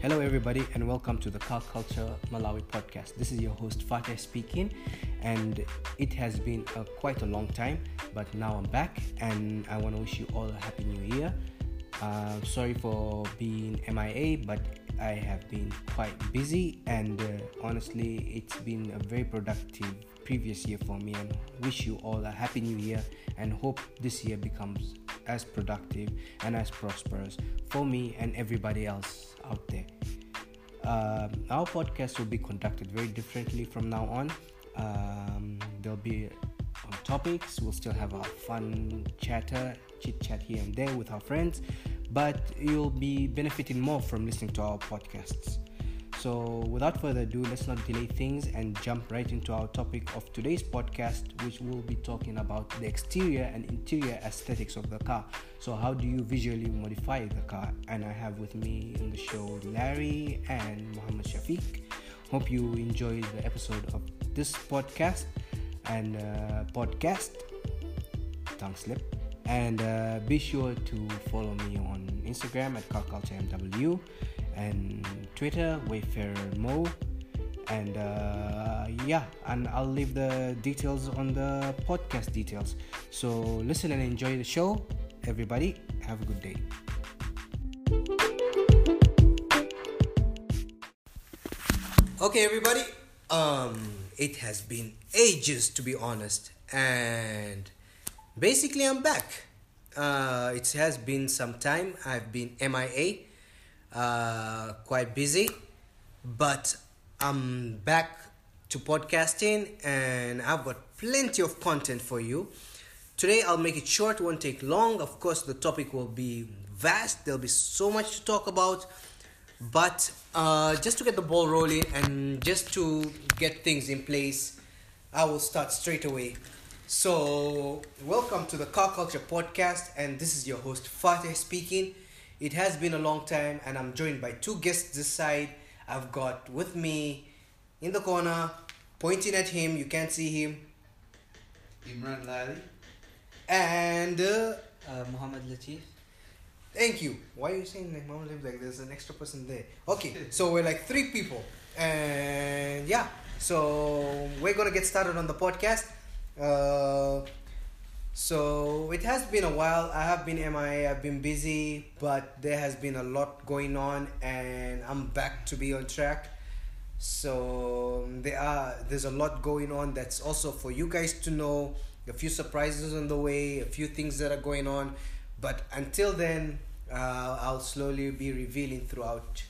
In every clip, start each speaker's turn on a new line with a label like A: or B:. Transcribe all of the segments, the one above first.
A: Hello, everybody, and welcome to the Car Culture Malawi podcast. This is your host Fateh speaking, and it has been a, quite a long time, but now I'm back, and I want to wish you all a happy new year. Uh, sorry for being MIA, but I have been quite busy, and uh, honestly, it's been a very productive previous year for me. And wish you all a happy new year, and hope this year becomes as productive and as prosperous for me and everybody else out there. Uh, our podcast will be conducted very differently from now on. Um, there'll be on topics. We'll still have our fun chatter, chit chat here and there with our friends, but you'll be benefiting more from listening to our podcasts. So, without further ado, let's not delay things and jump right into our topic of today's podcast, which will be talking about the exterior and interior aesthetics of the car. So, how do you visually modify the car? And I have with me in the show Larry and Muhammad Shafiq. Hope you enjoy the episode of this podcast and uh, podcast tongue slip and uh, be sure to follow me on instagram at carculturemw and twitter wayfarermo and uh, yeah and i'll leave the details on the podcast details so listen and enjoy the show everybody have a good day okay everybody um it has been ages to be honest and basically i'm back uh, it has been some time i've been mia uh, quite busy but i'm back to podcasting and i've got plenty of content for you today i'll make it short won't take long of course the topic will be vast there'll be so much to talk about but uh, just to get the ball rolling and just to get things in place i will start straight away so welcome to the car culture podcast and this is your host fateh speaking it has been a long time and i'm joined by two guests this side i've got with me in the corner pointing at him you can't see him
B: Imran Lali.
A: and uh,
C: Uh, Muhammad Latif.
A: Thank you. Why are you saying like Mama lives like there's an extra person there? Okay, so we're like three people, and yeah, so we're gonna get started on the podcast. Uh, so it has been a while. I have been MIA. I've been busy, but there has been a lot going on, and I'm back to be on track. So um, there are there's a lot going on that's also for you guys to know. A few surprises on the way, a few things that are going on, but until then, uh, I'll slowly be revealing throughout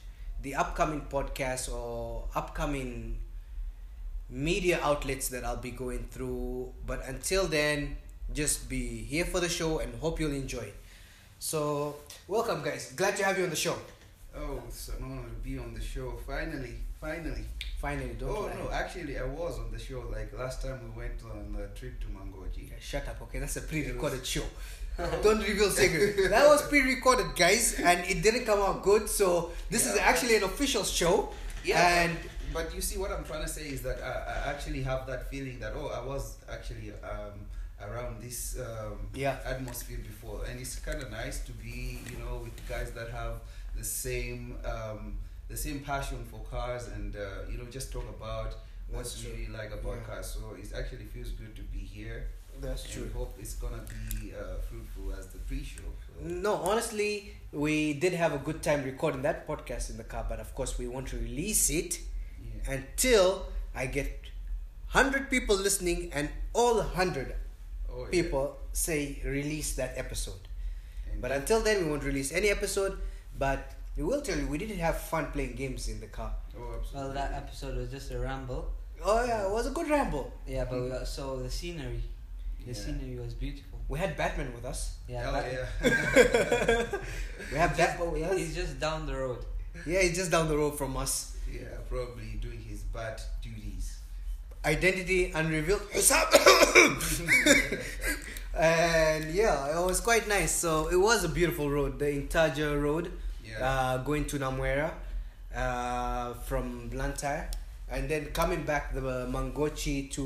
A: the upcoming podcast or upcoming media outlets that I'll be going through. But until then, just be here for the show and hope you'll enjoy. So, welcome, guys. Glad to have you on the show.
B: Oh, it's an honor to be on the show. Finally, finally.
A: Finally, don't
B: oh
A: lie.
B: no, actually, I was on the show. Like last time we went on a trip to Mangoji.
A: Yeah, Shut up, okay? That's a pre recorded show. Don't reveal secrets. That was pre recorded, guys, and it didn't come out good. So, this is
B: Yeah.
A: actually an official show. And
B: but, but you see, what I'm trying to say is that I, I actually have that feeling that oh, I was actually um, around this um,
A: Yeah.
B: atmosphere before, and it's kind of nice to be you know with guys that have the same um, the same passion for cars and uh, you know just talk about what's
A: That's true.
B: really like about
A: Yeah.
B: cars. So it actually feels good to be here.
A: that's
B: And we hope it's gonna be uh, fruitful as the pre-show. So.
A: No, honestly, we did have a good time recording that podcast in the car, but of course, we want to release it
B: Yeah.
A: until I get 100 people listening and all 100
B: Oh, yeah.
A: people say release that episode.
B: And
A: But until then, we won't release any episode, but we will tell you we did have fun playing games in the car.
B: oh, absolutely.
C: Well, that episode was just a ramble.
A: Oh, yeah, it was a good ramble.
C: Yeah, but we got, so the scenery. The
B: Yeah.
C: scenery was beautiful.
A: We had Batman with us.
C: Yeah,
B: Hell
C: but
A: We have Batman with us.
C: he's just down the road.
A: Yeah, he's just down the road from us.
B: yeah. yeah, probably doing his bad duties.
A: identity unrevealed and yeah it was quite nice so it was a beautiful road the intaja road
B: Yeah.
A: uh, going to namwera uh, from blantyre and then coming back the mangochi to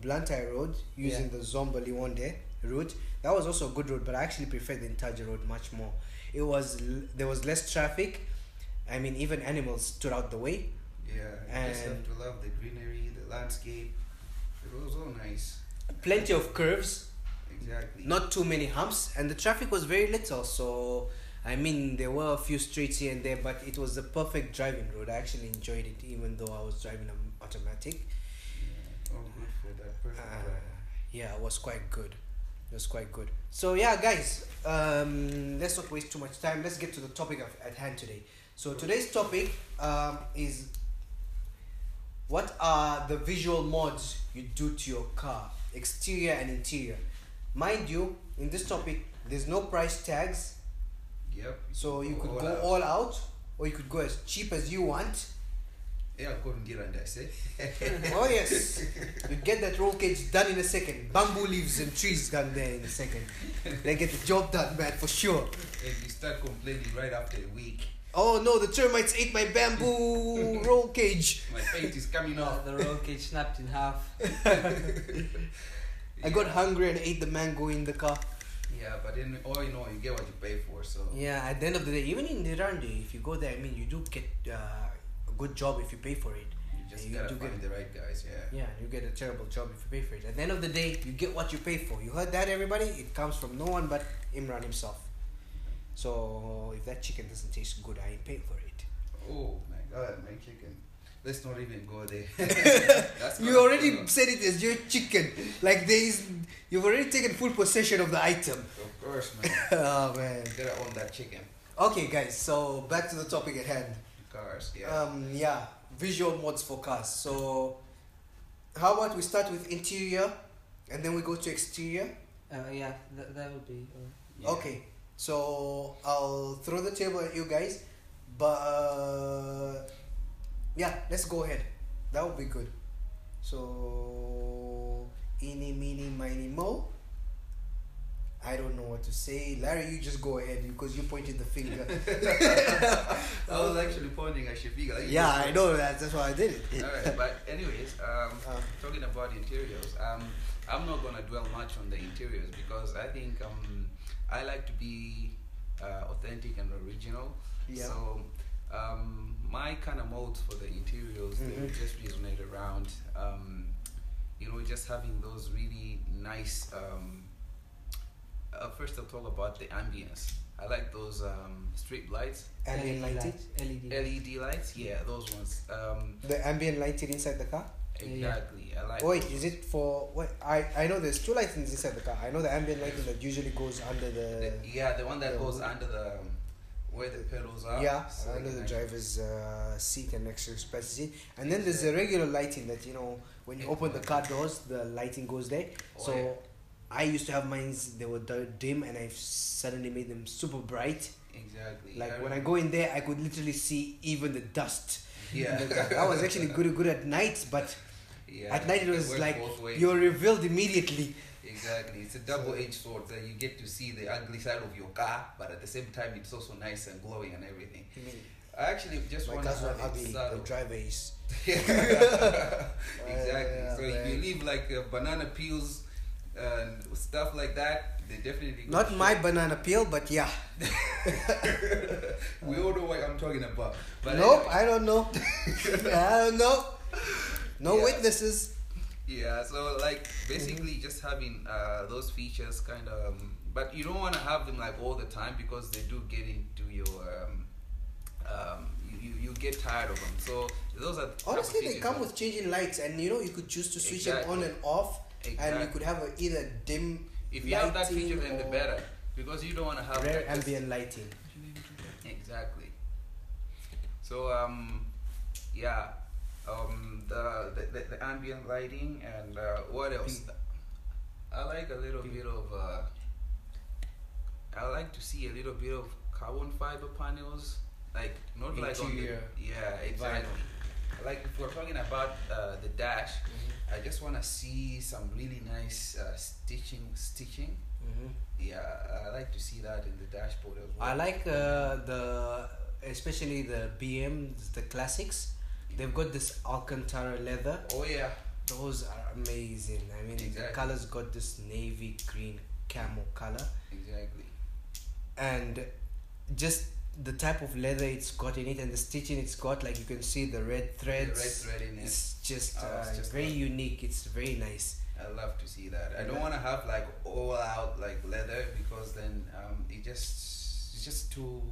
A: blantyre road using the zomba liwonde route that was also a good road but i actually prefer the intaja road much more it was l- there was less traffic I mean, even animals stood out the way.
B: Yeah, you just have
A: And-
B: to love the greenery, the landscape. It was all nice.
A: Plenty of curves,
B: Exactly.
A: not too many humps, and the traffic was very little. So, I mean, there were a few streets here and there, but it was the perfect driving road. I actually enjoyed it, even though I was driving an automatic.
B: Yeah, all good for that perfect
A: Uh,
B: weather.
A: yeah, it was quite good. It was quite good. So yeah, guys, um, let's not waste too much time. Let's get to the topic of, at hand today. So today's topic um, is what are the visual mods you do to your car, exterior and interior. Mind you, in this topic, there's no price tags,
B: Yep.
A: so you could
B: All
A: go
B: out.
A: all out, or you could go as cheap as you want.
B: Yeah, go and get on that, eh?
A: oh yes, you get that roll cage done in a second. Bamboo leaves and trees done there in a second. They get the job done, man, for sure.
B: And you start complaining right after a week.
A: Oh no, the termites ate my bamboo roll cage.
B: My paint is coming
C: Uh,
A: Oh.
B: off.
C: the roll cage snapped in half.
A: I got hungry and ate the mango in the car.
B: Yeah, but in all in all, you get what you pay for. So
A: Yeah, at the end of the day, even in Nirandi, if you go there, I mean, you do get uh, a good job if you pay for it.
B: you just
A: You
B: gotta
A: do get-
B: find the right guys. Yeah.
A: Yeah, you get a terrible job if you pay for it. At the end of the day, you get what you pay for. You heard that, everybody? It comes from no one but Imran himself. So if that chicken doesn't taste good, I ain't paying for it.
B: Oh my God, my chicken. Let's not even go there. That's
A: You
B: gonna
A: already
B: kill us.
A: said it as your chicken. Like there is, you've already taken full possession of the item.
B: Of course, man.
A: oh man.
B: You gotta own that chicken.
A: Okay, guys. So back to the topic at hand.
B: Cars. Yeah.
A: Um, yeah, visual mods for cars. So, how about we start with interior, and then we go to exterior.
C: Uh, yeah, that, that would be. Uh,
B: Yeah.
A: Okay, so I'll throw the table at you guys, but uh, yeah, let's go ahead. That would be good. So, eeny, meeny, miny, mo. I don't know what to say. Larry, you just go ahead because you pointed the finger.
B: I was actually pointing at Shafiq. Like,
A: yeah, I know that. That's why I did it.
B: All right, but anyways, um,
A: Uh,
B: talking about interiors, um, I'm not gonna dwell much on the interiors because I think um, I like to be uh, authentic and original.
A: yeah.
B: So um, my kind of modes for the interiors they would
A: Mhm.
C: Mm-hmm.
B: just resonate around, um, you know, just having those really nice. Um, uh, first of all, about the ambience. I like those um, street lights,
A: ambient E
C: LED
A: lighting.
C: E
A: E
C: lights, LED.
B: LED lights. Yeah, those ones. Um,
A: The ambient lighting inside the car.
C: Yeah.
B: exactly. I like.
A: Wait, is it for what? I I know there's two lightings inside the car. I know the ambient lighting that usually goes under the.
B: The- yeah, the one that
A: the
B: goes
A: hood.
B: under the um, where the E pedals are.
A: Yeah,
B: So
A: under
B: you
A: the
B: can-
A: driver's uh, seat and next to his passenger seat, and then there's the regular lighting that you know when you open the car doors, the lighting goes there.
B: Oh,
A: so,
B: yeah.
A: I used to have mines; they were di- dim, and I suddenly made them super bright.
B: Exactly.
A: Like when I go in there, I could literally see even the dust.
B: Yeah.
A: I was actually good good at night, but
B: Yeah,
A: at night it was
B: works
A: like
B: both ways.
A: you're revealed immediately.
B: Exactly. It's a double edged sword that you get to see the ugly side of your car, but at the same time, it's also nice and glowing and everything.
A: I mean,
B: I actually just
A: my
B: want to
A: car's not
B: have it
A: ugly. The
B: subtle.
A: driver is.
B: exactly.
A: Yeah,
B: so if you
A: man.
B: leave like uh, banana peels and stuff like that, they definitely go
A: Not
B: shit.
A: my banana peel, but yeah.
B: We all know what I'm talking about. But
A: nope,
B: anyway.
A: I don't know. I don't know. No
B: Yeah.
A: witnesses.
B: Yeah, so like
A: Mm-hmm.
B: basically just having uh, those features kind of, um, but you don't want to have them like all the time because they do get into your, um, um, you, you, you get tired of them. So those are the type of
A: Honestly, they
B: features
A: come
B: that-
A: with changing lights, and you know you could choose to switch them on
B: Exactly.
A: and off, and
B: Exactly.
A: you could have a, either dim.
B: If you have that
A: lighting
B: feature, then the
A: or
B: better because you don't want to have
A: Rare
B: like this-
A: ambient lighting.
B: Exactly. So um, yeah, um, the the, the, the ambient lighting and uh, what else? I like a little bit of. Uh, I like to see a little bit of carbon fiber panels, like not like on the,
A: Interior
B: yeah exactly. Like if we're talking about uh, the dash, I just want to see some really nice uh, stitching. Stitching,
A: Mm-hmm.
B: yeah, I like to see that in the dashboard as well.
A: I like uh, the especially the BMs, the classics. They've got this Alcantara leather.
B: Oh yeah.
A: Those are amazing. I mean, the
B: Exactly.
A: colors got this navy green camel color,
B: Exactly.
A: and just the type of leather it's got in it and the stitching it's got, like you can see the red
B: The red
A: threads.
B: threadiness.
A: It's just,
B: Oh,
A: uh,
B: it's just
A: very
B: got-
A: unique. It's very nice.
B: I love to see that. I don't want to have like all out like leather because then um, it just it's just too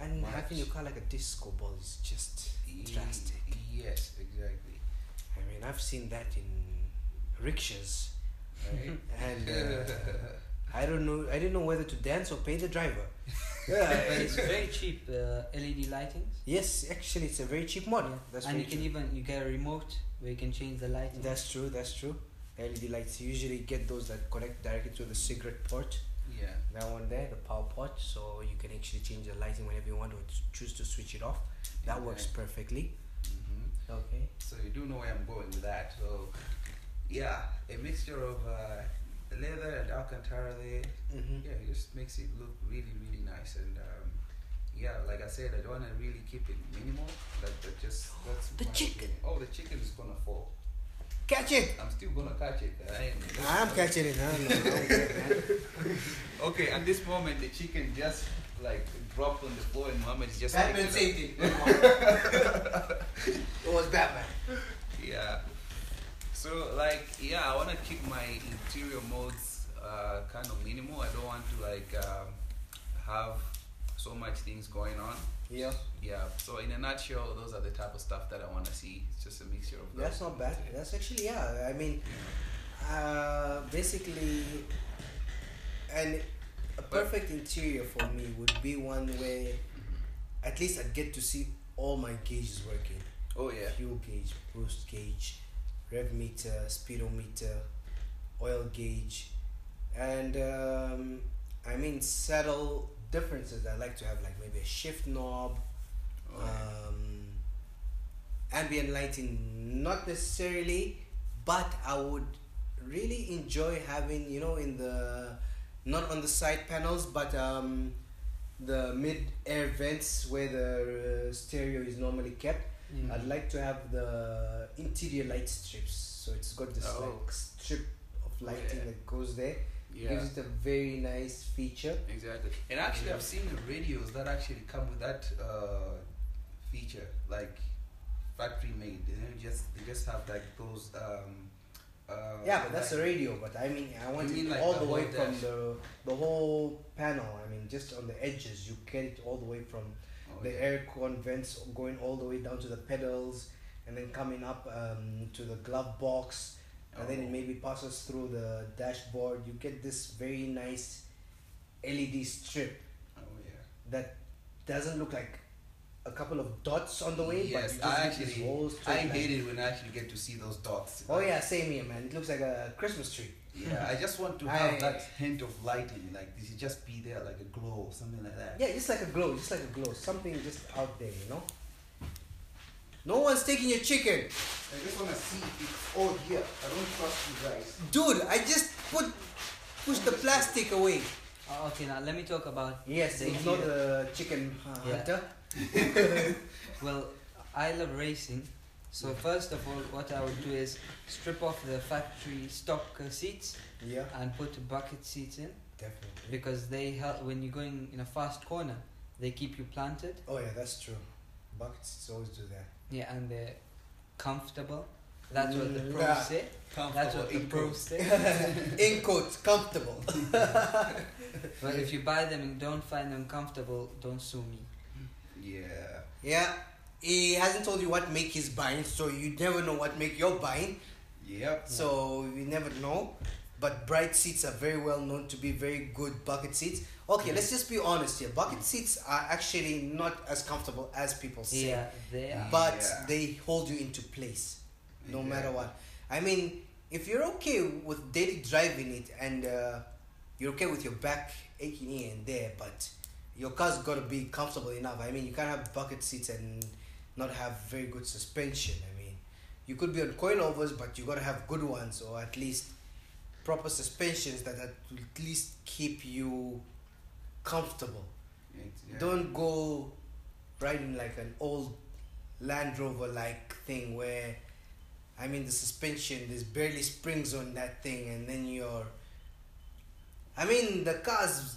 A: And how can
B: Much.
A: you call like a disco ball? It's just drastic.
B: e-, Yes, exactly.
A: I mean, I've seen that in rickshaws,
B: Right?
A: and uh, I don't know. I didn't know whether to dance or pay the driver. Yeah,
C: it's very cheap uh, LED lightings.
A: yes, actually, it's a very cheap model. Oh, That's
C: and
A: very
C: you can
A: true.
C: even you get a remote where you can change the lighting.
A: That's true. That's true. LED lights. You usually get those that connect directly to the cigarette port.
B: yeah.
A: That one there, the power port. So you can actually change the lighting whenever you want, or to choose to switch it off. That works perfectly.
B: hmm
A: Okay.
B: So you do know where I'm going with that. So yeah, a mixture of uh, leather and alcantara there.
A: Mm-hmm.
B: Yeah, it just makes it look really, really nice. And um, yeah, like I said, I don't want to really keep it minimal. Like, but just that's
A: The
B: my
A: chicken.
B: opinion. Oh, the chicken is gonna fall.
A: Catch it.
B: I'm still gonna catch it. I ain't-
A: I'm catching it. I don't know. I don't care, man.
B: Okay, at this moment, the chicken just like dropped on the floor, and Mohammed is just. picking it up.
A: it was Batman.
B: Yeah. So like yeah, I wanna keep my interior modes uh, kind of minimal. I don't want to like um, have so much things going on.
A: Yeah.
B: Yeah. So in a nutshell, those are the type of stuff that I wanna see. It's just a mixture of. those
A: That's not
B: things.
A: bad. That's actually yeah. I mean, uh, basically, and a perfect interior for me would be one where, at least I'd get to see all my gauges working:
B: Oh yeah.
A: fuel gauge, boost gauge, rev meter, speedometer, oil gauge, and um, I mean subtle differences. I like to have like maybe a shift knob.
B: Oh, yeah.
A: um, ambient lighting not necessarily but i would really enjoy having you know in the not on the side panels but um, the mid air vents where the uh, stereo is normally kept
C: Yeah.
A: i'd like to have the interior light strips so it's got this
B: Oh.
A: like strip of lighting
B: Yeah.
A: that goes there
B: yeah.
A: gives it a very nice feature
B: Exactly. And actually, I've seen the radios that actually come with that uh, feature, like factory made. They don't just they just have like those. Um, uh,
A: Yeah, but that's
B: like-
A: the radio. But I mean, I want
B: mean
A: it
B: like
A: all
B: the
A: the, way
B: whole
A: from
B: dash?
A: the the whole panel. I mean, just on the edges, you get it all the way from
B: Oh,
A: the
B: yeah.
A: aircon vents going all the way down to the pedals, and then coming up um, to the glove box, and then it
B: Oh.
A: maybe passes through the dashboard. You get this very nice LED strip
B: Oh yeah.
A: that doesn't look like a couple of dots on the way, but
B: yes,
A: you just
B: I
A: get
B: actually
A: this whole straight
B: I
A: line.
B: hate it when I actually get to see those dots.
A: Oh yeah, same here, man. It looks like a Christmas tree.
B: Yeah, I just want to have
A: I-
B: that hint of lighting, like this should just be there, like a glow or something like that.
A: Yeah, just like a glow, just like a glow. Something just out there, you know? No one's taking your chicken.
B: I just wanna see it's all here. I don't trust you guys.
A: Dude, I just put push the plastic away.
C: Oh, okay, now let me talk about
A: Yes,
C: the
A: ignore
C: interior.
A: the chicken uh,
C: Yeah.
A: hunter.
C: Well, I love racing. So first of all, what I would do is strip off the factory stock uh, seats
A: Yeah,
C: and put bucket seats in
A: definitely.
C: because they help when you're going in a fast corner. They keep you planted.
A: Oh yeah, that's true. Buckets always do that.
C: Yeah, and they're comfortable. That's what the pros
A: Yeah.
C: say. That's
B: Comfortable
C: what the
B: in
C: pros say.
A: In quotes, comfortable.
C: but if you buy them and don't find them comfortable, don't sue me.
B: Yeah.
A: yeah. He hasn't told you what make he's buying, so you never know what make you're buying.
B: Yep.
A: So you never know. But bright seats are very well known to be very good bucket seats. Okay, let's just be honest here. Bucket seats are actually not as comfortable as people say.
C: Yeah, they are.
A: But
B: Yeah.
A: they hold you into place no
B: Yeah.
A: matter what. I mean, if you're okay with daily driving it and uh, you're okay with your back aching here and there, but your car's got to be comfortable enough. I mean, you can't have bucket seats and not have very good suspension. I mean, you could be on coilovers, but you got to have good ones or at least proper suspensions that at least keep you comfortable.
B: It's- yeah.
A: Don't go riding like an old Land Rover like thing where, I mean, the suspension, there's barely springs on that thing, and then you're. I mean, the car's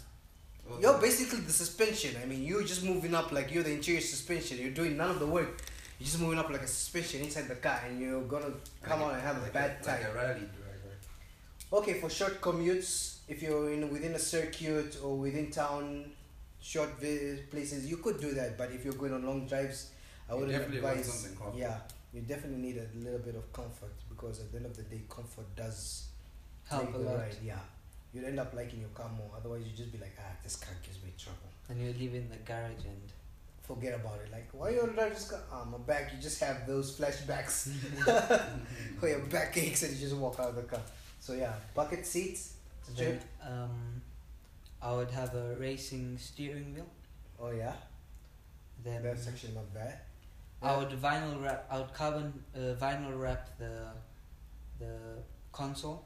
B: Well,
A: You're
B: the-
A: basically the suspension. I mean, you're just moving up like you're the interior suspension. You're doing none of the work. You're just moving up like a suspension inside the car, and you're gonna come
B: like
A: on and have a
B: like
A: bad time.
B: Like a rally driver.
A: Okay, for short commutes, if you're in within a circuit or within town, short vi- places, you could do that. But if you're going on long drives, I
B: You
A: wouldn't
B: definitely want
A: advise.
B: something comfortable.
A: yeah, you definitely need a little bit of comfort because at the end of the day, comfort does
C: Help
A: make
C: a
A: the
C: lot.
A: ride, Yeah, you'd end up liking your car more. Otherwise, you'd just be like, ah, this car gives me trouble.
C: And you live in the garage and
A: Forget about it. Like, why you on driver's car? Ah, my back. You just have those flashbacks where your back aches and you just walk out of the car. So yeah, bucket seats.
C: then um, I would have a racing steering wheel.
A: Oh yeah.
C: Then
A: That section not bad.
C: I would vinyl wrap. I would carbon uh, vinyl wrap the the console,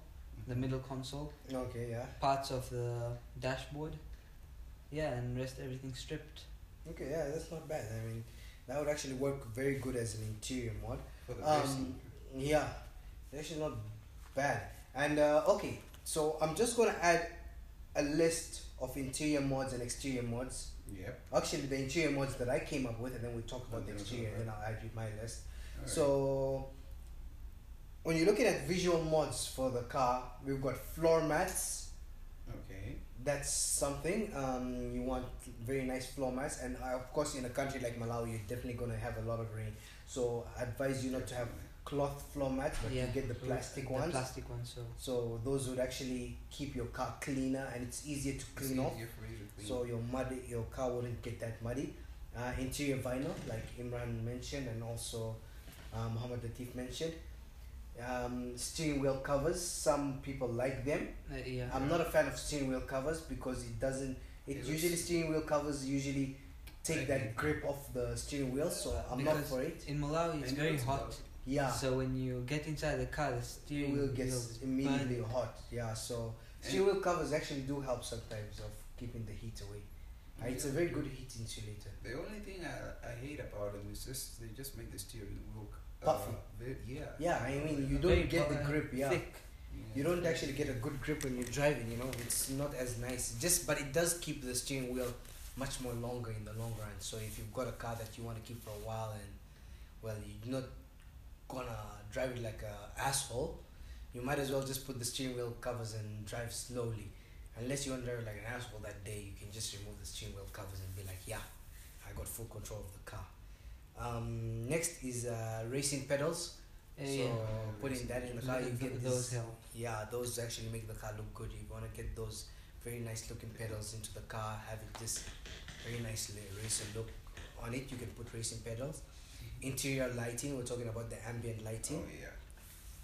C: the middle console,
A: Okay, yeah.
C: parts of the dashboard. Yeah, and rest everything stripped.
A: Okay, yeah, that's not bad. I mean, that would actually work very good as an interior mod.
B: For the
A: Um,
B: person.
A: Yeah, actually not bad. And uh, okay, so I'm just gonna add a list of interior mods and exterior mods.
B: Yep.
A: Actually, the interior mods that I came up with, and then we talk about the
B: Okay,
A: exterior,
B: okay.
A: and then I'll add you my list.
B: Alright.
A: So, when you're looking at visual mods for the car, we've got floor mats.
B: Okay.
A: that's something um, you want very nice floor mats and uh, of course in a country like malawi you're definitely going to have a lot of rain so i advise you not to have cloth floor mats but
C: yeah,
A: you get the
C: so
A: plastic
C: the
A: ones
C: plastic ones. So
A: so those would actually keep your car cleaner and it's easier to
B: It's
A: clean off
B: easier for you to clean.
A: so your mud your car wouldn't get that muddy uh, interior vinyl like imran mentioned and also um, muhammad latif mentioned um, steering wheel covers some people like them
C: uh, yeah.
A: I'm not a fan of steering wheel covers because it doesn't. It,
B: It looks-
A: usually steering wheel covers usually take
B: Like
A: that
B: it-
A: grip off the steering wheel, so I'm not
C: Because
A: for it.
C: in Malawi, it's
B: And
C: very
B: it's
C: hot.
B: about-
A: Yeah,
C: So when you get inside the car, the
A: steering
C: steering
A: wheel gets
C: is
A: immediately
C: burning.
A: hot. Yeah, so
B: And-
A: steering wheel covers actually do help sometimes of keeping the heat away. Uh, it's a very good heat insulator.
B: The only thing I, I hate about them is just they just make the steering wheel uh,
A: Puffy.
B: ve- yeah.
A: Yeah, I mean you
C: Very
A: don't get the
C: proper,
A: grip. Yeah.
C: Thick.
A: You don't actually get a good grip when you're driving, you know, it's not as nice. Just but it does keep the steering wheel much more longer in the long run. So if you've got a car that you want to keep for a while and well you're not gonna drive it like a asshole, you might as well just put the steering wheel covers and drive slowly. Unless you want to drive like an asshole that day, you can just remove the steering wheel covers and be like, yeah, I got full control of the car. Um, next is uh, racing pedals.
C: Uh,
A: so
C: yeah.
A: putting that in the car, you
C: Th-
A: get
C: those
A: this
C: help.
A: yeah, those actually make the car look good. You want to get those very nice looking pedals into the car, have it this very nice la- racer look on it. You can put racing pedals. Interior lighting, we're talking about the ambient
B: Oh
A: lighting.
B: yeah.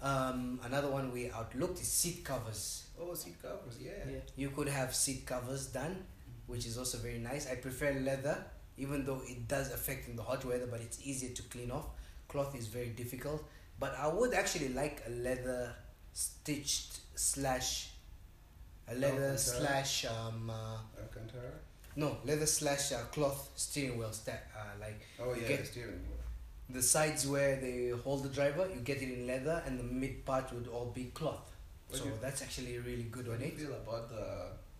A: Um, another one we outlooked is seat covers.
B: Oh, seat covers. Yeah.
C: Yeah.
A: You could have seat covers done, which is also very nice. I prefer leather, even though it does affect in the hot weather, but it's easier to clean off. Cloth is very difficult, but I would actually like a leather stitched slash, a leather
B: okay.
A: slash um uh,
B: Alcantara.
A: no leather slash uh, cloth steering wheel stack uh, like
B: Oh yeah,
A: Okay.
B: the steering wheel.
A: the sides where they hold the driver. You get it in leather, and the mid part would all be cloth.
B: What
A: so
B: do you-
A: that's actually really good
B: What
A: on
B: do you
A: it.
B: feel about the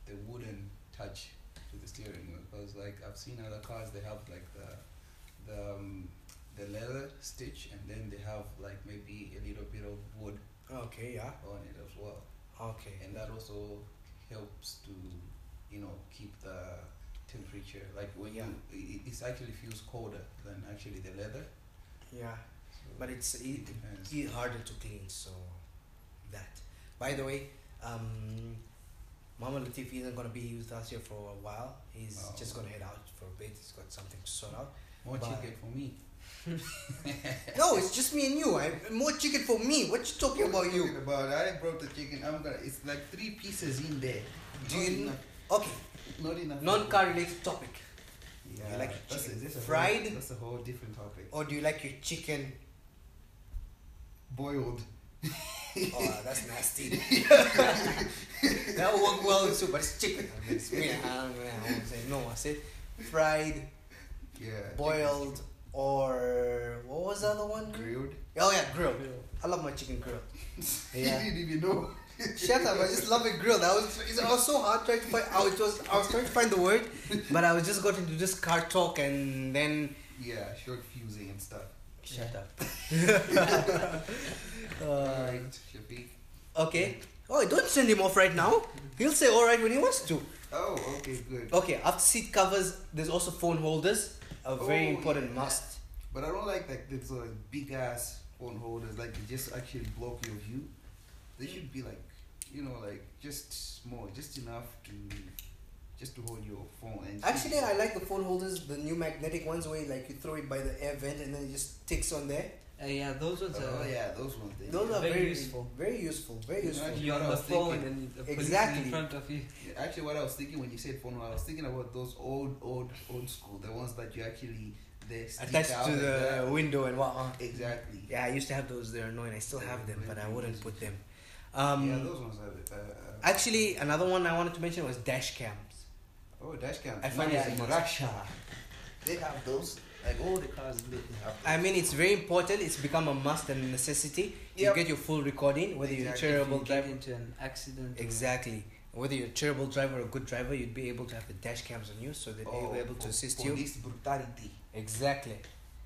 B: the wooden touch to the steering wheel? Because like I've seen other cars, they have like the the um, the leather stitch, and then they have like maybe a little bit of wood
A: Okay, yeah.
B: on it as well,
A: Okay.
B: and that also helps to you know keep the temperature. Like when you, it, it's actually feels colder than actually the leather.
A: Yeah.
B: So
A: But it's
B: it
A: it,
B: depends.
A: it's harder to clean, so that. By the way, um, Mama Latif isn't gonna be with us here for a while. He's
B: Oh.
A: just gonna head out for a bit. He's got something to sort out.
B: More
A: but-
B: chicken for me.
A: No, it's just me and you. I more chicken for me. What you talking about, you?
B: Talking about I brought the chicken. I'm gonna. It's like three pieces in there.
A: Do
B: Not
A: you-
B: enough.
A: Okay,
B: Not enough.
A: non-car related topic.
B: Yeah,
A: You like
B: that's
A: chicken
B: a, that's a
A: fried? Oh.
B: Whole, that's a whole different topic.
A: Or do you like your chicken?
B: Boiled.
A: Oh, that's nasty. that will work well too, but it's chicken. I mean, it's me. I don't, I won't say no. I said fried,
B: Yeah.
A: boiled, or what was the other one?
B: Grilled.
A: Oh yeah, grilled.
C: Grill.
A: I love my chicken grilled.
B: You
A: Yeah.
B: didn't even know.
A: Shut up! I just love it grilled. I was it was so hard trying to find. I was just- I was trying to find the word, but I was just got into this car talk and then
B: Yeah, short fusing and stuff.
A: shut up.
B: All
A: Uh,
B: right, Shafiq.
A: okay. Oh, don't send him off right now. He'll say all right when he wants to.
B: Oh, okay, good.
A: Okay. After seat covers, there's also phone holders, a very
B: Oh,
A: important
B: yeah.
A: must.
B: But I don't like that these sort of big ass phone holders, like they just actually block your view. They should be like, you know, like just small, just enough to, just to hold your phone. And
A: Actually, I like the phone holders, the new magnetic ones, where like you throw it by the air vent and then it just sticks on there.
C: Uh, yeah, those ones are.
B: Oh yeah, those ones. They,
A: Those are
C: Very
A: very,
C: useful.
A: Very useful. Very
B: You
A: useful.
B: know,
C: You're on the
B: That's what I was
C: phone and the police is
A: Exactly.
C: in front of you.
B: Yeah, Actually, what I was thinking when you said phone, I was thinking about those old, old, old school, the ones that you actually they stick
A: Attached
B: out
A: to
B: like
A: the
B: that.
A: window and whatnot.
B: Exactly.
A: Yeah, I used to have those. They're annoying. I still have them, but I wouldn't put them. Um,
B: yeah, those ones are. Uh, uh,
A: Actually, another one I wanted to mention was dash cams.
B: oh, dash cam.
A: I find
B: yeah,
A: it-
B: in Russia, they have those. Like all the cars, they they have. Those.
A: I mean, it's very important. It's become a must and a necessity.
B: Yep.
A: You get your full recording, whether
B: Exactly.
A: you're a
C: If
A: terrible
C: you get
A: driver.
C: into an accident.
A: Exactly. Whether you're a terrible driver or a good driver, you'd be able to have the dash cams on you so that
B: Oh,
A: they're able to
B: po-
A: assist you.
B: police brutality,
A: Exactly.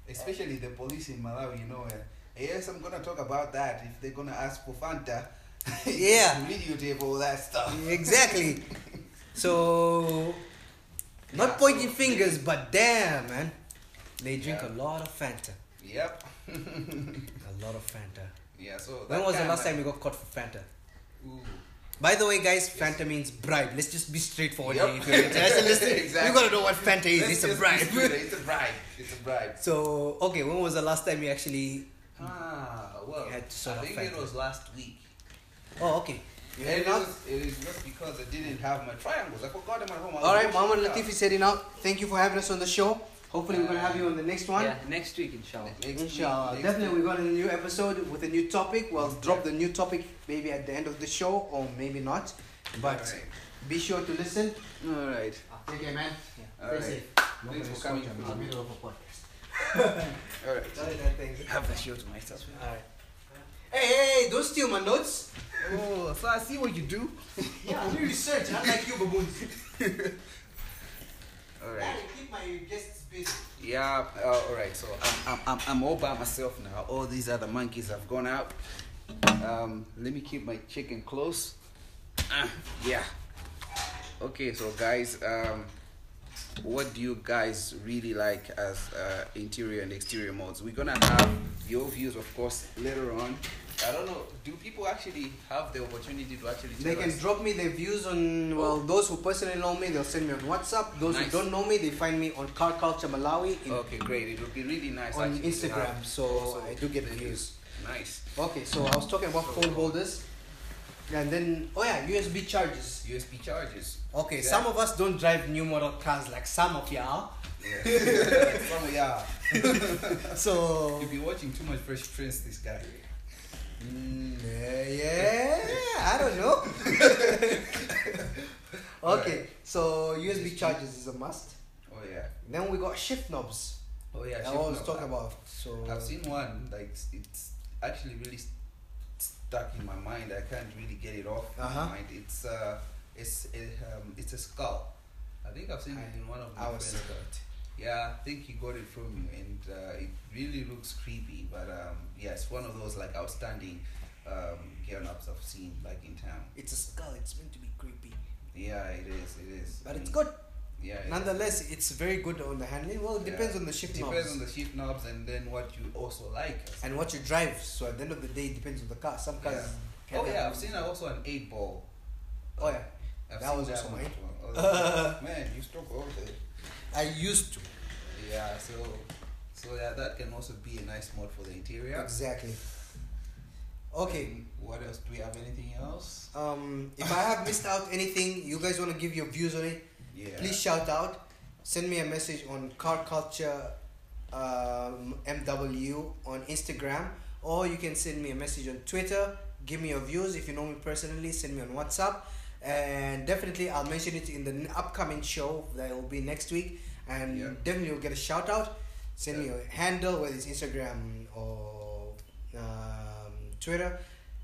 B: especially the police in Malawi. You know, uh, yes, I'm gonna talk about that. If they're gonna ask for Fanta,
A: Yeah.
B: videotape all that stuff.
A: Exactly. so, not
B: Yeah,
A: pointing
B: so-
A: fingers, but damn, man. They drink
B: Yeah.
A: a lot of Fanta.
B: Yep.
A: A lot of Fanta.
B: Yeah. So
A: When
B: that
A: was the
B: kind
A: last
B: of-
A: time you got caught for Fanta?
B: Ooh.
A: By the way, guys, Fanta means bribe. Let's just be straightforward
B: Yep.
A: here. If you're interested, listen,
B: Exactly.
A: you gotta know what Fanta is.
B: Let's
A: it's a
B: just
A: bribe.
B: be straight. It's a bribe. It's a bribe.
A: so, okay, when was the last time you actually?
B: Ah, well,
A: Hmm. You had to sort
B: I
A: of
B: think
A: fight
B: it
A: it.
B: was last week.
A: Oh, okay. You
B: and
A: heading
B: it,
A: out?
B: was, it is just because I didn't have my triangles. I forgot them at home. I was
A: All right,
B: watching
A: Muhammad
B: the car.
A: Latif is heading out. Thank you for having us on the show. Hopefully, we're gonna have you on the next one.
C: Yeah, next week, inshallah.
B: Next week,
A: Inshallah.
B: next
A: Definitely, we
B: week.
A: got a new episode with a new topic. We'll drop the new topic maybe at the end of the show or maybe not. But
B: All right.
A: be sure to listen.
B: All right.
A: Take care, man.
B: All right. Thanks for coming.
A: middle of a podcast.
B: All right.
A: Sorry, that thing.
B: Have the show to myself.
A: All right. Hey, hey, hey, don't steal my notes.
B: Oh, so I see what you do.
A: Yeah, I do research. I like you, baboons.
B: All
A: I
B: right.
A: keep my guests busy.
B: Yeah. Uh, all right. So I'm, I'm, I'm, I'm all by myself now. All these other monkeys have gone out. Um, let me keep my chicken close. Ah, yeah. Okay. So guys, um, what do you guys really like as uh, interior and exterior modes? We're gonna have your views, of course, later on. I don't know. Do people actually have the opportunity to actually?
A: They
B: tell
A: can
B: us?
A: drop me their views on well, those who personally know me, they'll send me on WhatsApp. Those
B: Nice.
A: who don't know me, they find me on Car Culture Malawi in,
B: Okay, great. It would be really nice
A: on
B: actually to have
A: Instagram. So
B: also
A: I do get
B: the
A: views.
B: Nice.
A: Okay, so I was talking about phone holders, and then oh yeah, USB chargers.
B: USB charges.
A: Okay,
B: Yeah.
A: some of us don't drive new model cars like some of y'all.
B: Some of y'all.
A: So
B: You've been watching too much Fresh Prince, this guy.
A: Mm, yeah, yeah, I don't know. okay, so USB chargers is a must.
B: Oh yeah.
A: Then we got shift knobs.
B: Oh yeah.
A: I
B: Shift
A: always
B: knob.
A: talk about. So
B: I've seen one like s- it's actually really st- stuck in my mind. I can't really get it off
A: Uh-huh.
B: my mind. It's uh, it's it, um, it's a skull. I think I've seen it in one of my
A: I was
B: friends. Yeah, I think he got it from you, and uh, it really looks creepy. But um, yeah, it's one of those like outstanding um, gear knobs I've seen like in town.
A: It's a skull. It's meant to be creepy,
B: Yeah, it is. It is.
A: but it's
B: Mm.
A: good.
B: Yeah. it is.
A: Nonetheless, it's very good on the handling. Well, it
B: Yeah.
A: depends on the shift
B: depends
A: knobs
B: on the shift knobs and then what you also like.
A: and what you drive. So at the end of the day, it depends on the car. Some cars.
B: Yeah.
A: can
B: Oh
A: have-
B: yeah, I've seen also an eight ball.
A: Oh yeah,
B: I've
A: That
B: seen
A: was also
B: one
A: mine.
B: as well. Oh, Man, you stuck all the
A: I used to.
B: yeah. So so yeah, that can also be a nice mod for the interior.
A: Exactly. Okay.
B: And what else? Do we have anything else?
A: Um, if I have missed out anything, you guys want to give your views on it,
B: Yeah.
A: please shout out. Send me a message on Car Culture um, MW on Instagram, or you can send me a message on Twitter. Give me your views. If you know me personally, send me on WhatsApp. And definitely, I'll mention it in the n- upcoming show that will be next week. And
B: Yeah.
A: definitely, you'll get a shout out. Send me
B: Yeah.
A: your handle, whether it's Instagram or um, Twitter.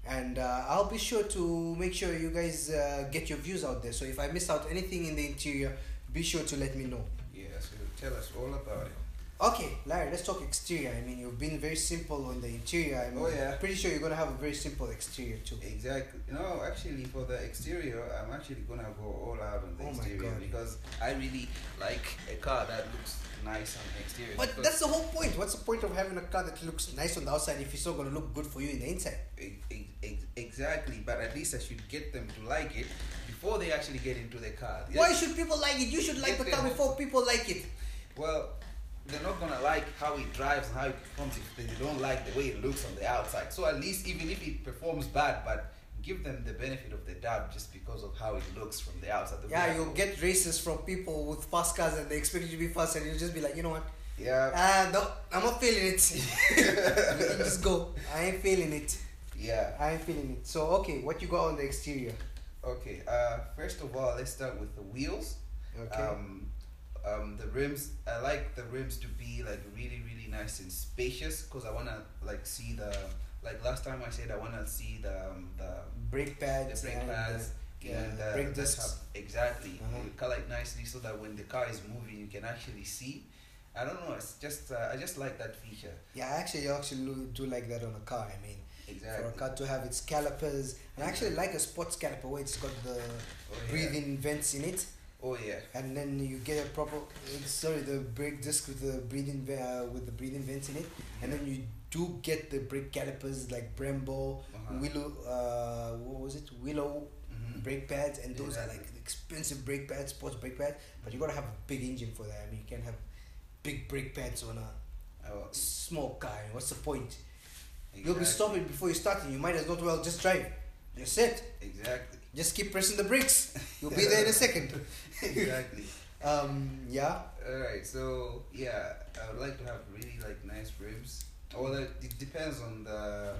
A: And uh, I'll be sure to make sure you guys uh, get your views out there. So if I miss out anything in the interior, be sure to let me know.
B: Yeah, so tell us all about it.
A: Okay, Larry, let's talk exterior. I mean, you've been very simple on the interior. I'm
B: Oh, yeah.
A: pretty sure you're going to have a very simple exterior too.
B: Exactly. No, actually, for the exterior, I'm actually gonna go all out on the
A: Oh my
B: exterior
A: God.
B: because I really like a car that looks nice on the exterior.
A: But
B: because-
A: that's the whole point. What's the point of having a car that looks nice on the outside if it's not going to look good for you in the inside?
B: Ex- ex- ex- exactly. But at least I should get them to like it before they actually get into the car.
A: Why should people like it? You should like the
B: Yes,
A: car
B: they-
A: before people like it.
B: Well, they're not gonna like how it drives and how it performs if they don't like the way it looks on the outside. So at least even if it performs bad, but give them the benefit of the doubt just because of how it looks from the outside. The
A: Yeah,
B: way-
A: you'll get races from people with fast cars and they expect you to be fast, and you'll just be like, you know what?
B: Yeah,
A: Ah, no, I'm not feeling it. You can just go. I ain't feeling it.
B: yeah.
A: I ain't feeling it. So, okay, what you got on the exterior?
B: Okay. Uh, first of all, let's start with the wheels.
A: Okay.
B: Um, um, the rims. I like the rims to be like really, really nice and spacious because I wanna like see the like last time I said I wanna see the um, the
A: brake pads.
B: the brake
A: and, uh,
B: pads
A: yeah,
B: and the
A: brake
B: the
A: discs.
B: sub- Exactly.
A: Uh-huh.
B: You color it nicely so that when the car is moving, you can actually see. I don't know. It's just uh, I just like that feature.
A: Yeah, I actually, I actually lo- do like that on a car. I mean,
B: Exactly.
A: for a car to have its calipers, and I actually like a sports caliper where it's got the
B: oh, yeah.
A: breathing vents in it,
B: Oh yeah.
A: and then you get a proper uh, sorry the brake disc with the breathing ve- uh, with the breathing vents in it, and then you do get the brake calipers like Brembo,
B: Uh-huh.
A: Willow, uh, what was it? Willow
B: Mhm.
A: brake pads, and those are
B: Exactly.
A: like expensive brake pads, sports brake pads. But you gotta have a big engine for that. I mean, you can't have big brake pads on a
B: Oh,
A: small car. What's the point? You'll
B: exactly.
A: be stopping before you start, and you might as not well just drive. That's it.
B: Exactly.
A: Just keep pressing the brakes. You'll be there in a second.
B: exactly.
A: Um, yeah.
B: All right. So yeah, I would like to have really like nice rims. Well, it it depends on the.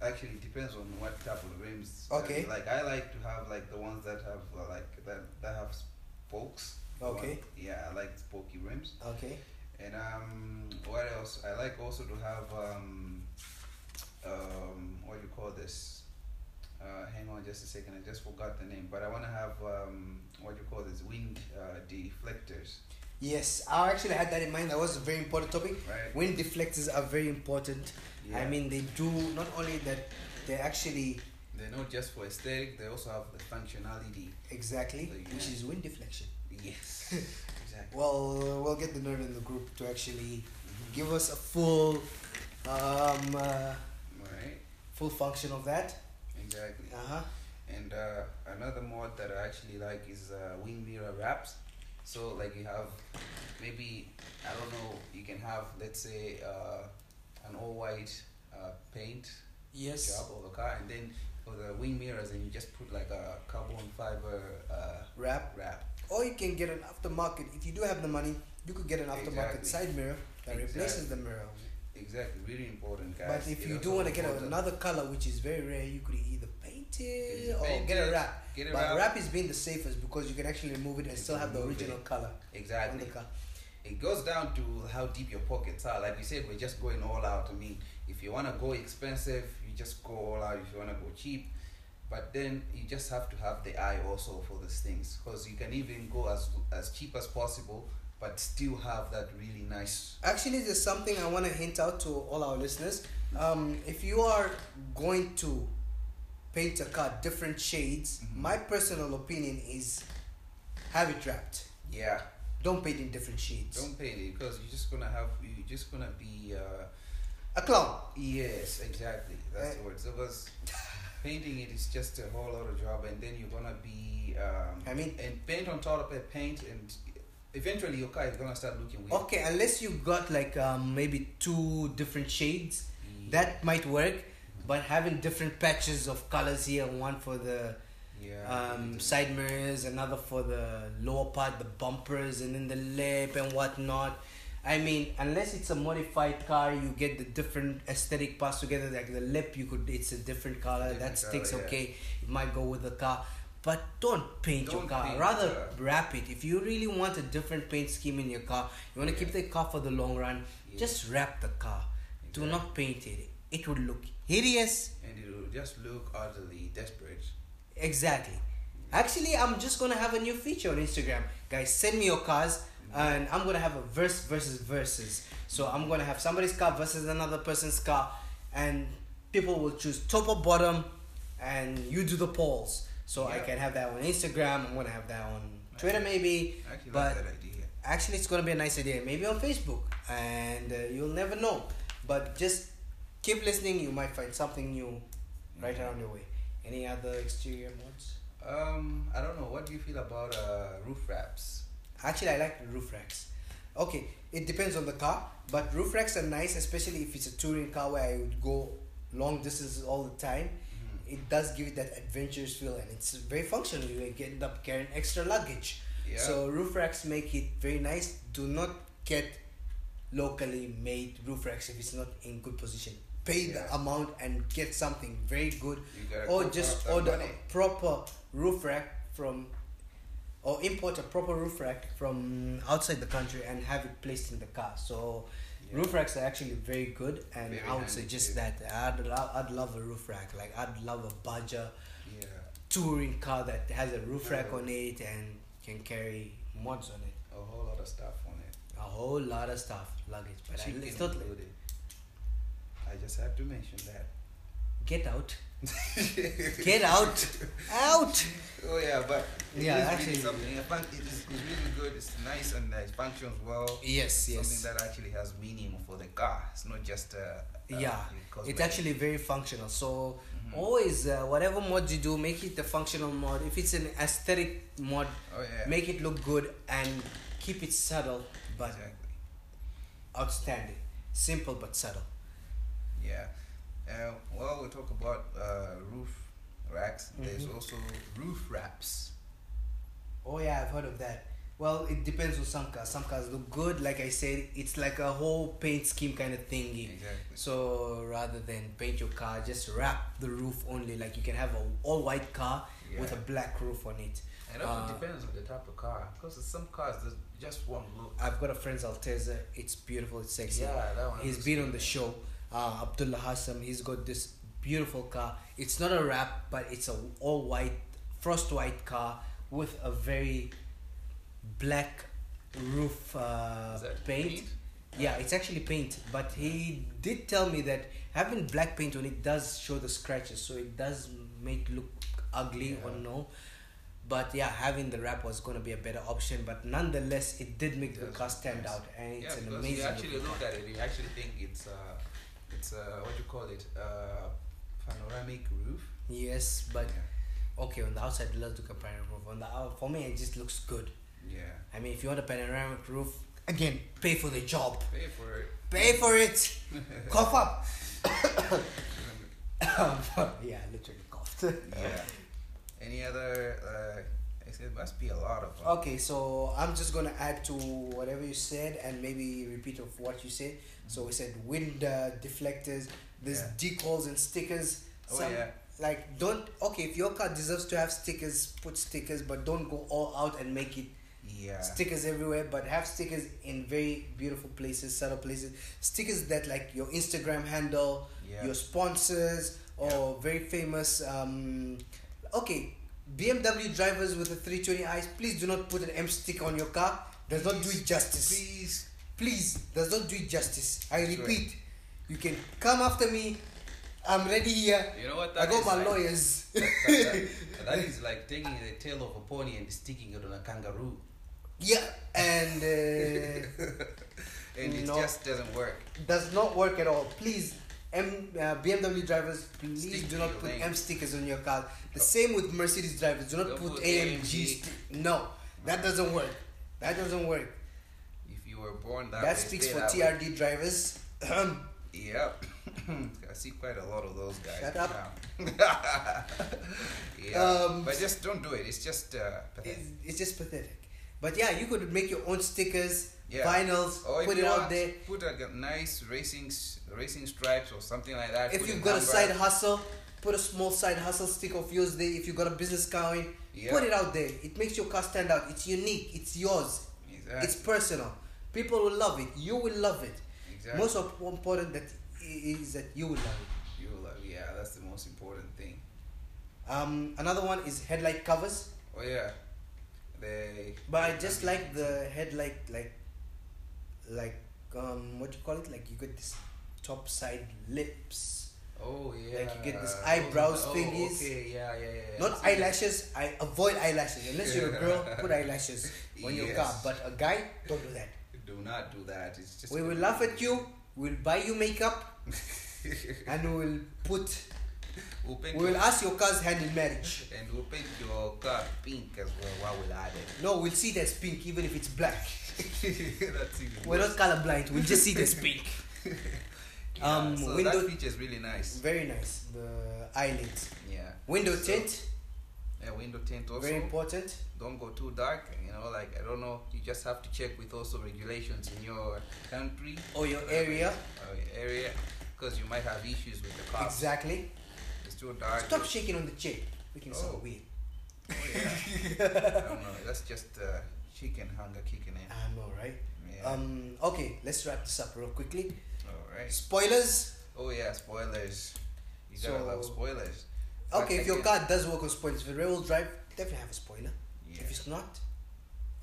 B: Actually, it depends on what type of rims. I
A: Okay.
B: like I like to have like the ones that have uh, like that that have spokes.
A: Okay.
B: Yeah, I like spooky rims.
A: Okay.
B: And um, what else? I like also to have um, um, what do you call this? Uh, hang on just a second. I just forgot the name. But I want to have um, what do you call this? Wind uh, deflectors,
A: Yes, I actually had that in mind. That was a very important topic.
B: right?
A: Wind deflectors are very important.
B: Yeah.
A: I mean, they do not only that, they actually
B: they're not just for aesthetic. They also have the functionality.
A: exactly,
B: Like,
A: which
B: yeah.
A: is wind deflection.
B: Yes. exactly.
A: Well, we'll get the nerd in the group to actually
B: Mm-hmm.
A: give us a full, um, uh,
B: Right.
A: full function of that.
B: Exactly.
A: Uh huh.
B: And uh, another mod that I actually like is uh, wing mirror wraps. So like you have maybe I don't know you can have let's say uh, an all white uh, paint
A: Yes.
B: job of a car, and then for the wing mirrors, and you just put like a carbon fiber uh,
A: Wrap.
B: wrap.
A: Or you can get an aftermarket. If you do have the money, you could get an aftermarket
B: Exactly.
A: side mirror that replaces
B: Exactly.
A: the mirror.
B: Exactly, really important, guys.
A: But if
B: It
A: you
B: also
A: do want to get
B: important-
A: another color, which is very rare, you could either paint it
B: Just
A: or
B: paint
A: get a
B: it,
A: wrap.
B: get a
A: but
B: wrap.
A: wrap is being the safest because you can actually remove it and
B: You
A: still
B: can
A: have the
B: remove
A: original
B: it.
A: color on the
B: exactly.
A: car.
B: It goes down to how deep your pockets are. Like we said, we're just going all out. I mean, if you want to go expensive, you just go all out. If you want to go cheap, but then you just have to have the eye also for these things because you can even go as as cheap as possible, but still have that really nice.
A: Actually, there's something I want to hint out to all our listeners. Um, if you are going to paint a car different shades,
B: Mhm.
A: my personal opinion is have it wrapped.
B: Yeah,
A: Don't paint in different shades.
B: don't pay it because you're just gonna have you're just gonna be. Uh,
A: A clown.
B: Yes, exactly. That's the word. So because painting it is just a whole lot of job, and then you're gonna be um,
A: I mean-
B: and paint on top of it, paint, and eventually your car is gonna start looking weird.
A: Okay, unless you got like um, maybe two different shades. that might work but having different patches of colors here one for the
B: yeah,
A: um, side mirrors another for the lower part the bumpers and then the lip and whatnot i mean unless it's a modified car you get the different aesthetic parts together like the lip you could it's a different color that
B: Different
A: sticks
B: color, yeah.
A: okay it might go with the car but don't paint your
B: Don't
A: car
B: paint
A: rather
B: the car.
A: wrap it if you really want a different paint scheme in your car you want to
B: Yeah.
A: keep the car for the long run
B: Yeah.
A: just wrap the car do
B: Exactly.
A: not paint it it would look hideous.
B: and it will just look utterly desperate.
A: Exactly. Actually, I'm just gonna have a new feature on Instagram, guys. Send me your cars, and I'm gonna have a verse versus versus. So I'm gonna have somebody's car versus another person's car, and people will choose top or bottom, and you do the polls. So I
B: Yeah.
A: can have that on Instagram. I'm gonna have that on
B: Okay.
A: Twitter, maybe.
B: I actually
A: But-
B: like that idea.
A: Actually, it's gonna be a nice idea. Maybe on Facebook, and uh, you'll never know. But just keep listening. You might find something new right around your way. Any other exterior mods?
B: Um, I don't know. What do you feel about uh, roof wraps?
A: Actually, I like roof racks. Okay, it depends on the car, but roof racks are nice, especially if it's a touring car where I would go long distances all the time.
B: Hmm,
A: It does give it that adventurous feel, and it's very functional. You end up carrying extra luggage.
B: Yeah.
A: So roof racks make it very nice. Do not get locally made roof racks if it's not in good position. Pay the
B: Yeah.
A: amount and get something very good
B: you gotta
A: or
B: cook up
A: just
B: that
A: order
B: money.
A: a proper roof rack from or import a proper roof rack from outside the country and have it placed in the car so
B: Yeah.
A: roof racks are actually very good and
B: Very
A: i would
B: handy,
A: suggest
B: yeah.
A: that I'd, lo- I'd love a roof rack like i'd love a badger
B: Yeah.
A: touring car that has a roof rack
B: Yeah.
A: on it and can carry mods on it
B: A whole lot of stuff on it.
A: a whole lot of stuff luggage but I,
B: Chicken
A: it's not
B: included. I just have to mention that.
A: get out get out out
B: Oh yeah, but it
A: Yeah,
B: is
A: actually-
B: really something. I find it is it's really good. It's nice and it functions well.
A: yes yes
B: Something that actually has meaning for the car. It's not just. Uh, uh,
A: Yeah, it's
B: cosmetic.
A: actually very functional. So
B: Mhm.
A: always, uh, whatever mod you do, make it a functional mod. If it's an aesthetic mod,
B: Oh yeah.
A: make it look good and keep it subtle but
B: exactly.
A: outstanding. Simple but subtle.
B: Yeah. Uh, well, we talk about uh, roof racks. There's
A: Mhm.
B: also roof wraps.
A: Oh yeah, I've heard of that. Well, it depends on some cars. Some cars look good. Like I said, it's like a whole paint scheme kind of thingy.
B: Exactly.
A: So rather than paint your car, just wrap the roof only. Like you can have a all white car with a
B: Yeah.
A: black roof on it.
B: And also
A: Uh,
B: depends on the type of car, because some cars that just won't look.
A: I've got a friend's Alteza. It's beautiful. It's sexy.
B: Yeah, that one.
A: He's
B: looks
A: been
B: good.
A: on the show. Uh, Abdullah Hassam. He's got this beautiful car. It's not a wrap, but it's a all white, frost white car with a very black roof uh,
B: Is that
A: paint.
B: paint?
A: Yeah, it's actually paint. But he did tell me that having black paint on it does show the scratches, so it does make look ugly or
B: Yeah.
A: no. But yeah, having the wrap was gonna be a better option. But nonetheless, it did make the
B: Yes,
A: car stand
B: yes.
A: out, and it's
B: yeah,
A: an
B: because
A: amazing.
B: you actually
A: looking
B: look
A: car.
B: at it, you actually think it's uh, it's uh, what you call it, uh, panoramic roof.
A: Yes, but
B: yeah.
A: okay, on the outside it does look a panoramic roof. On the out, for me, it just looks good.
B: yeah,
A: I mean, if you want a panoramic roof, again, pay for the job.
B: pay for it.
A: Pay for it. Cough up. yeah, I literally coughed.
B: yeah. Any other? Uh, it must be a lot of. them.
A: Okay, so I'm just gonna add to whatever you said and maybe repeat of what you said. So we said wind uh, deflectors, there's
B: Yeah.
A: decals and stickers.
B: Oh
A: some-
B: yeah.
A: Like don't okay if your car deserves to have stickers, put stickers, but don't go all out and make it
B: Yeah.
A: stickers everywhere. But have stickers in very beautiful places, subtle places. Stickers that like your Instagram handle,
B: yeah.
A: your sponsors or very famous um, okay bmw drivers with the 320 eyes please do not put an m stick on your car does not do
B: Please,
A: it justice
B: Please.
A: please does not do it justice i
B: That's right.
A: repeat you can come after me i'm ready here
B: You know what?
A: i
B: that
A: got
B: is
A: my
B: like?
A: lawyers
B: that, that is like taking the tail of a pony and sticking it on a kangaroo.
A: yeah and uh,
B: And it
A: No.
B: just doesn't work.
A: does not work at all please M, uh, BMW drivers, please
B: Stick
A: do
B: to
A: not
B: your
A: put
B: lane.
A: M stickers on your car. The same with Mercedes drivers. Do not
B: Don't
A: put,
B: put
A: AMG.
B: AMG.
A: sti- no, that doesn't work. That doesn't work.
B: If you were born that
A: That,
B: way,
A: speaks
B: stay
A: for
B: that way.
A: TRD drivers. Ahem.
B: Yep. I see quite a lot of those guys.
A: Shut up.
B: now. yeah.
A: Um,
B: but just don't do it. It's just uh, pathetic.
A: it's, it's just pathetic. But yeah, you could make your own stickers,
B: Yeah.
A: vinyls,
B: Or if
A: put
B: you
A: it out
B: want,
A: there.
B: Put a g- nice racing s- racing stripes or something like that.
A: If
B: Put
A: you've
B: a
A: got a
B: number.
A: side hustle, put a small side hustle stick of yours there. If you've got a business going,
B: Yeah.
A: put it out there. It makes your car stand out. It's unique. It's yours.
B: Exactly.
A: It's personal. People will love it. You will love it.
B: exactly.
A: Most of- important that is that you will love it.
B: You love, yeah, that's the most important thing.
A: Um, another one is headlight covers,
B: Oh yeah, they.
A: but I just like the headlight like like um what do you call it? Like you get this top side lips,
B: Oh yeah.
A: Like, you get this
B: those
A: eyebrows
B: are- oh,
A: thingies.
B: Okay, yeah, yeah, yeah. yeah.
A: not
B: So-
A: eyelashes. I avoid eyelashes unless you're a girl. Put eyelashes on your
B: Yes.
A: car, but a guy don't do that.
B: Do not do that. It's just.
A: we will
B: gonna
A: laugh
B: be-
A: at you. We'll buy you makeup, and we'll put.
B: We'll paint
A: We will
B: your-
A: ask your car's hand in marriage.
B: and we'll paint your car pink as well. What will add it?
A: No, we'll see there's pink even if it's black.
B: that's even.
A: We're
B: worse.
A: not colorblind. We'll just see there's pink.
B: Yeah,
A: um,
B: so
A: window-
B: that feature is really nice.
A: Very nice. The eyelids.
B: Yeah.
A: Window
B: So-
A: tint.
B: Yeah, window tint also.
A: Very important.
B: don't go too dark you know like i don't know you just have to check with also regulations in your country
A: Or your area.
B: or your area because you might have issues with the cops
A: Exactly.
B: it's too dark
A: Stop shaking on the chair. We can
B: Oh.
A: sound weird.
B: oh, yeah. i don't know that's just uh, chicken hunger kicking in
A: I know, right?
B: yeah
A: Um. Okay, let's wrap this up real quickly.
B: all right
A: Spoilers.
B: oh yeah spoilers you gotta
A: So-
B: love spoilers But
A: Okay, if your
B: again-
A: car does work on spoilers, if it's rear-wheel drive, definitely have a spoiler.
B: yeah
A: If it's not,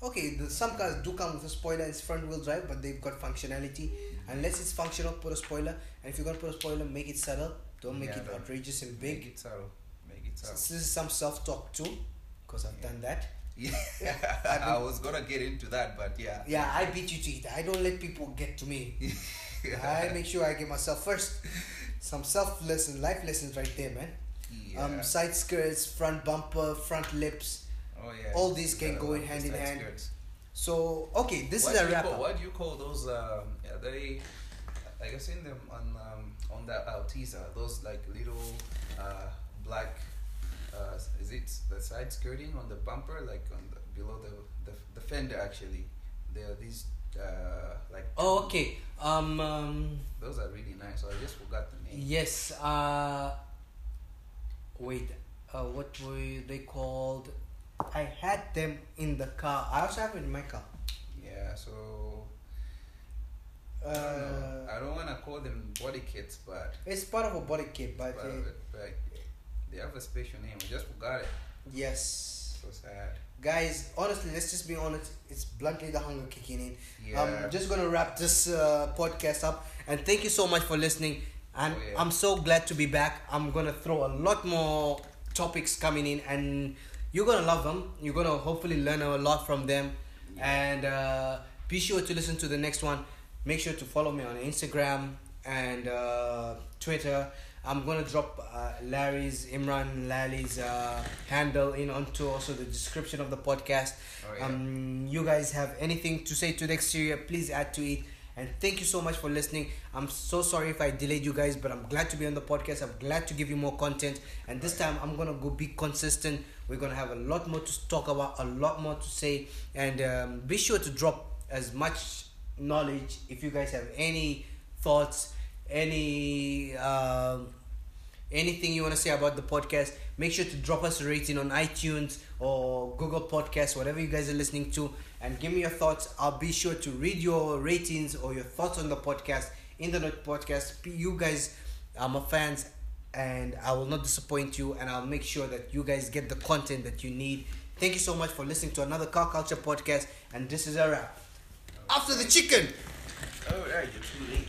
A: okay. The, some cars do come with a spoiler. It's front-wheel drive, but they've got functionality.
B: Mm-hmm.
A: Unless it's functional, put a spoiler. And if you're gonna put a spoiler, make it subtle. Don't make
B: Yeah,
A: it
B: don't-
A: outrageous and
B: make
A: big.
B: it subtle make it
A: So
B: subtle
A: This is some self-talk too, because I've
B: Yeah.
A: done that.
B: yeah
A: I've
B: i
A: been-
B: was gonna get into that but yeah
A: Yeah, I beat you to it. I don't let people get to me. I make sure I get myself first. Some self lesson, life lessons right there, man.
B: yeah.
A: Um, side skirts, front bumper, front lips.
B: oh yeah
A: all these
B: You
A: can
B: gotta
A: go in
B: love
A: hand
B: the
A: in
B: side
A: hand.
B: skirts.
A: So okay, this
B: What
A: is
B: do
A: a
B: you
A: wrap
B: call-
A: up.
B: What do you call those? Um, yeah, they, like I've seen them on um, on that Altiza. Those like little uh, black. Uh, is it the side skirting on the bumper, like on the, below the, the the fender? Actually, there are these uh, like.
A: Oh, okay. Um, um,
B: Those are really nice. I just forgot the name.
A: yes. Uh, wait. Uh, what were they called? I had them in the car. I also have it in my car.
B: Yeah. So I don't know.
A: Uh,
B: I don't want to call them body kits, but
A: it's part of a body kit, but
B: but,
A: uh,
B: like they have a special name. I just forgot it.
A: yes,
B: So
A: Um,
B: sad.
A: guys. Honestly, let's just be honest. It's bluntly the hunger kicking in.
B: Yeah.
A: I'm just gonna wrap this uh, podcast up, and thank you so much for listening. And
B: Oh, yeah.
A: I'm so glad to be back. I'm gonna throw a lot more topics coming in, and you're gonna love them. You're gonna hopefully learn a lot from them. And uh, be sure to listen to the next one. Make sure to follow me on Instagram and uh, Twitter. I'm gonna drop uh, Larry's Imran Lali's uh, handle in onto also the description of the podcast.
B: Oh, yeah.
A: Um, you guys have anything to say to the exterior, please add to it. And thank you so much for listening. I'm so sorry if I delayed you guys, but I'm glad to be on the podcast. I'm glad to give you more content. And this time I'm gonna go be consistent. We're gonna have a lot more to talk about, a lot more to say, and um, be sure to drop as much knowledge if you guys have any thoughts, any. Um, anything you want to say about the podcast make sure to drop us a rating on itunes or google podcast whatever you guys are listening to and give me your thoughts i'll be sure to read your ratings or your thoughts on the podcast in the note podcast P- you guys are my fans and i will not disappoint you and i'll make sure that you guys get the content that you need thank you so much for listening to another car culture podcast and this is a wrap after the chicken
B: All right, Oh, you're too late.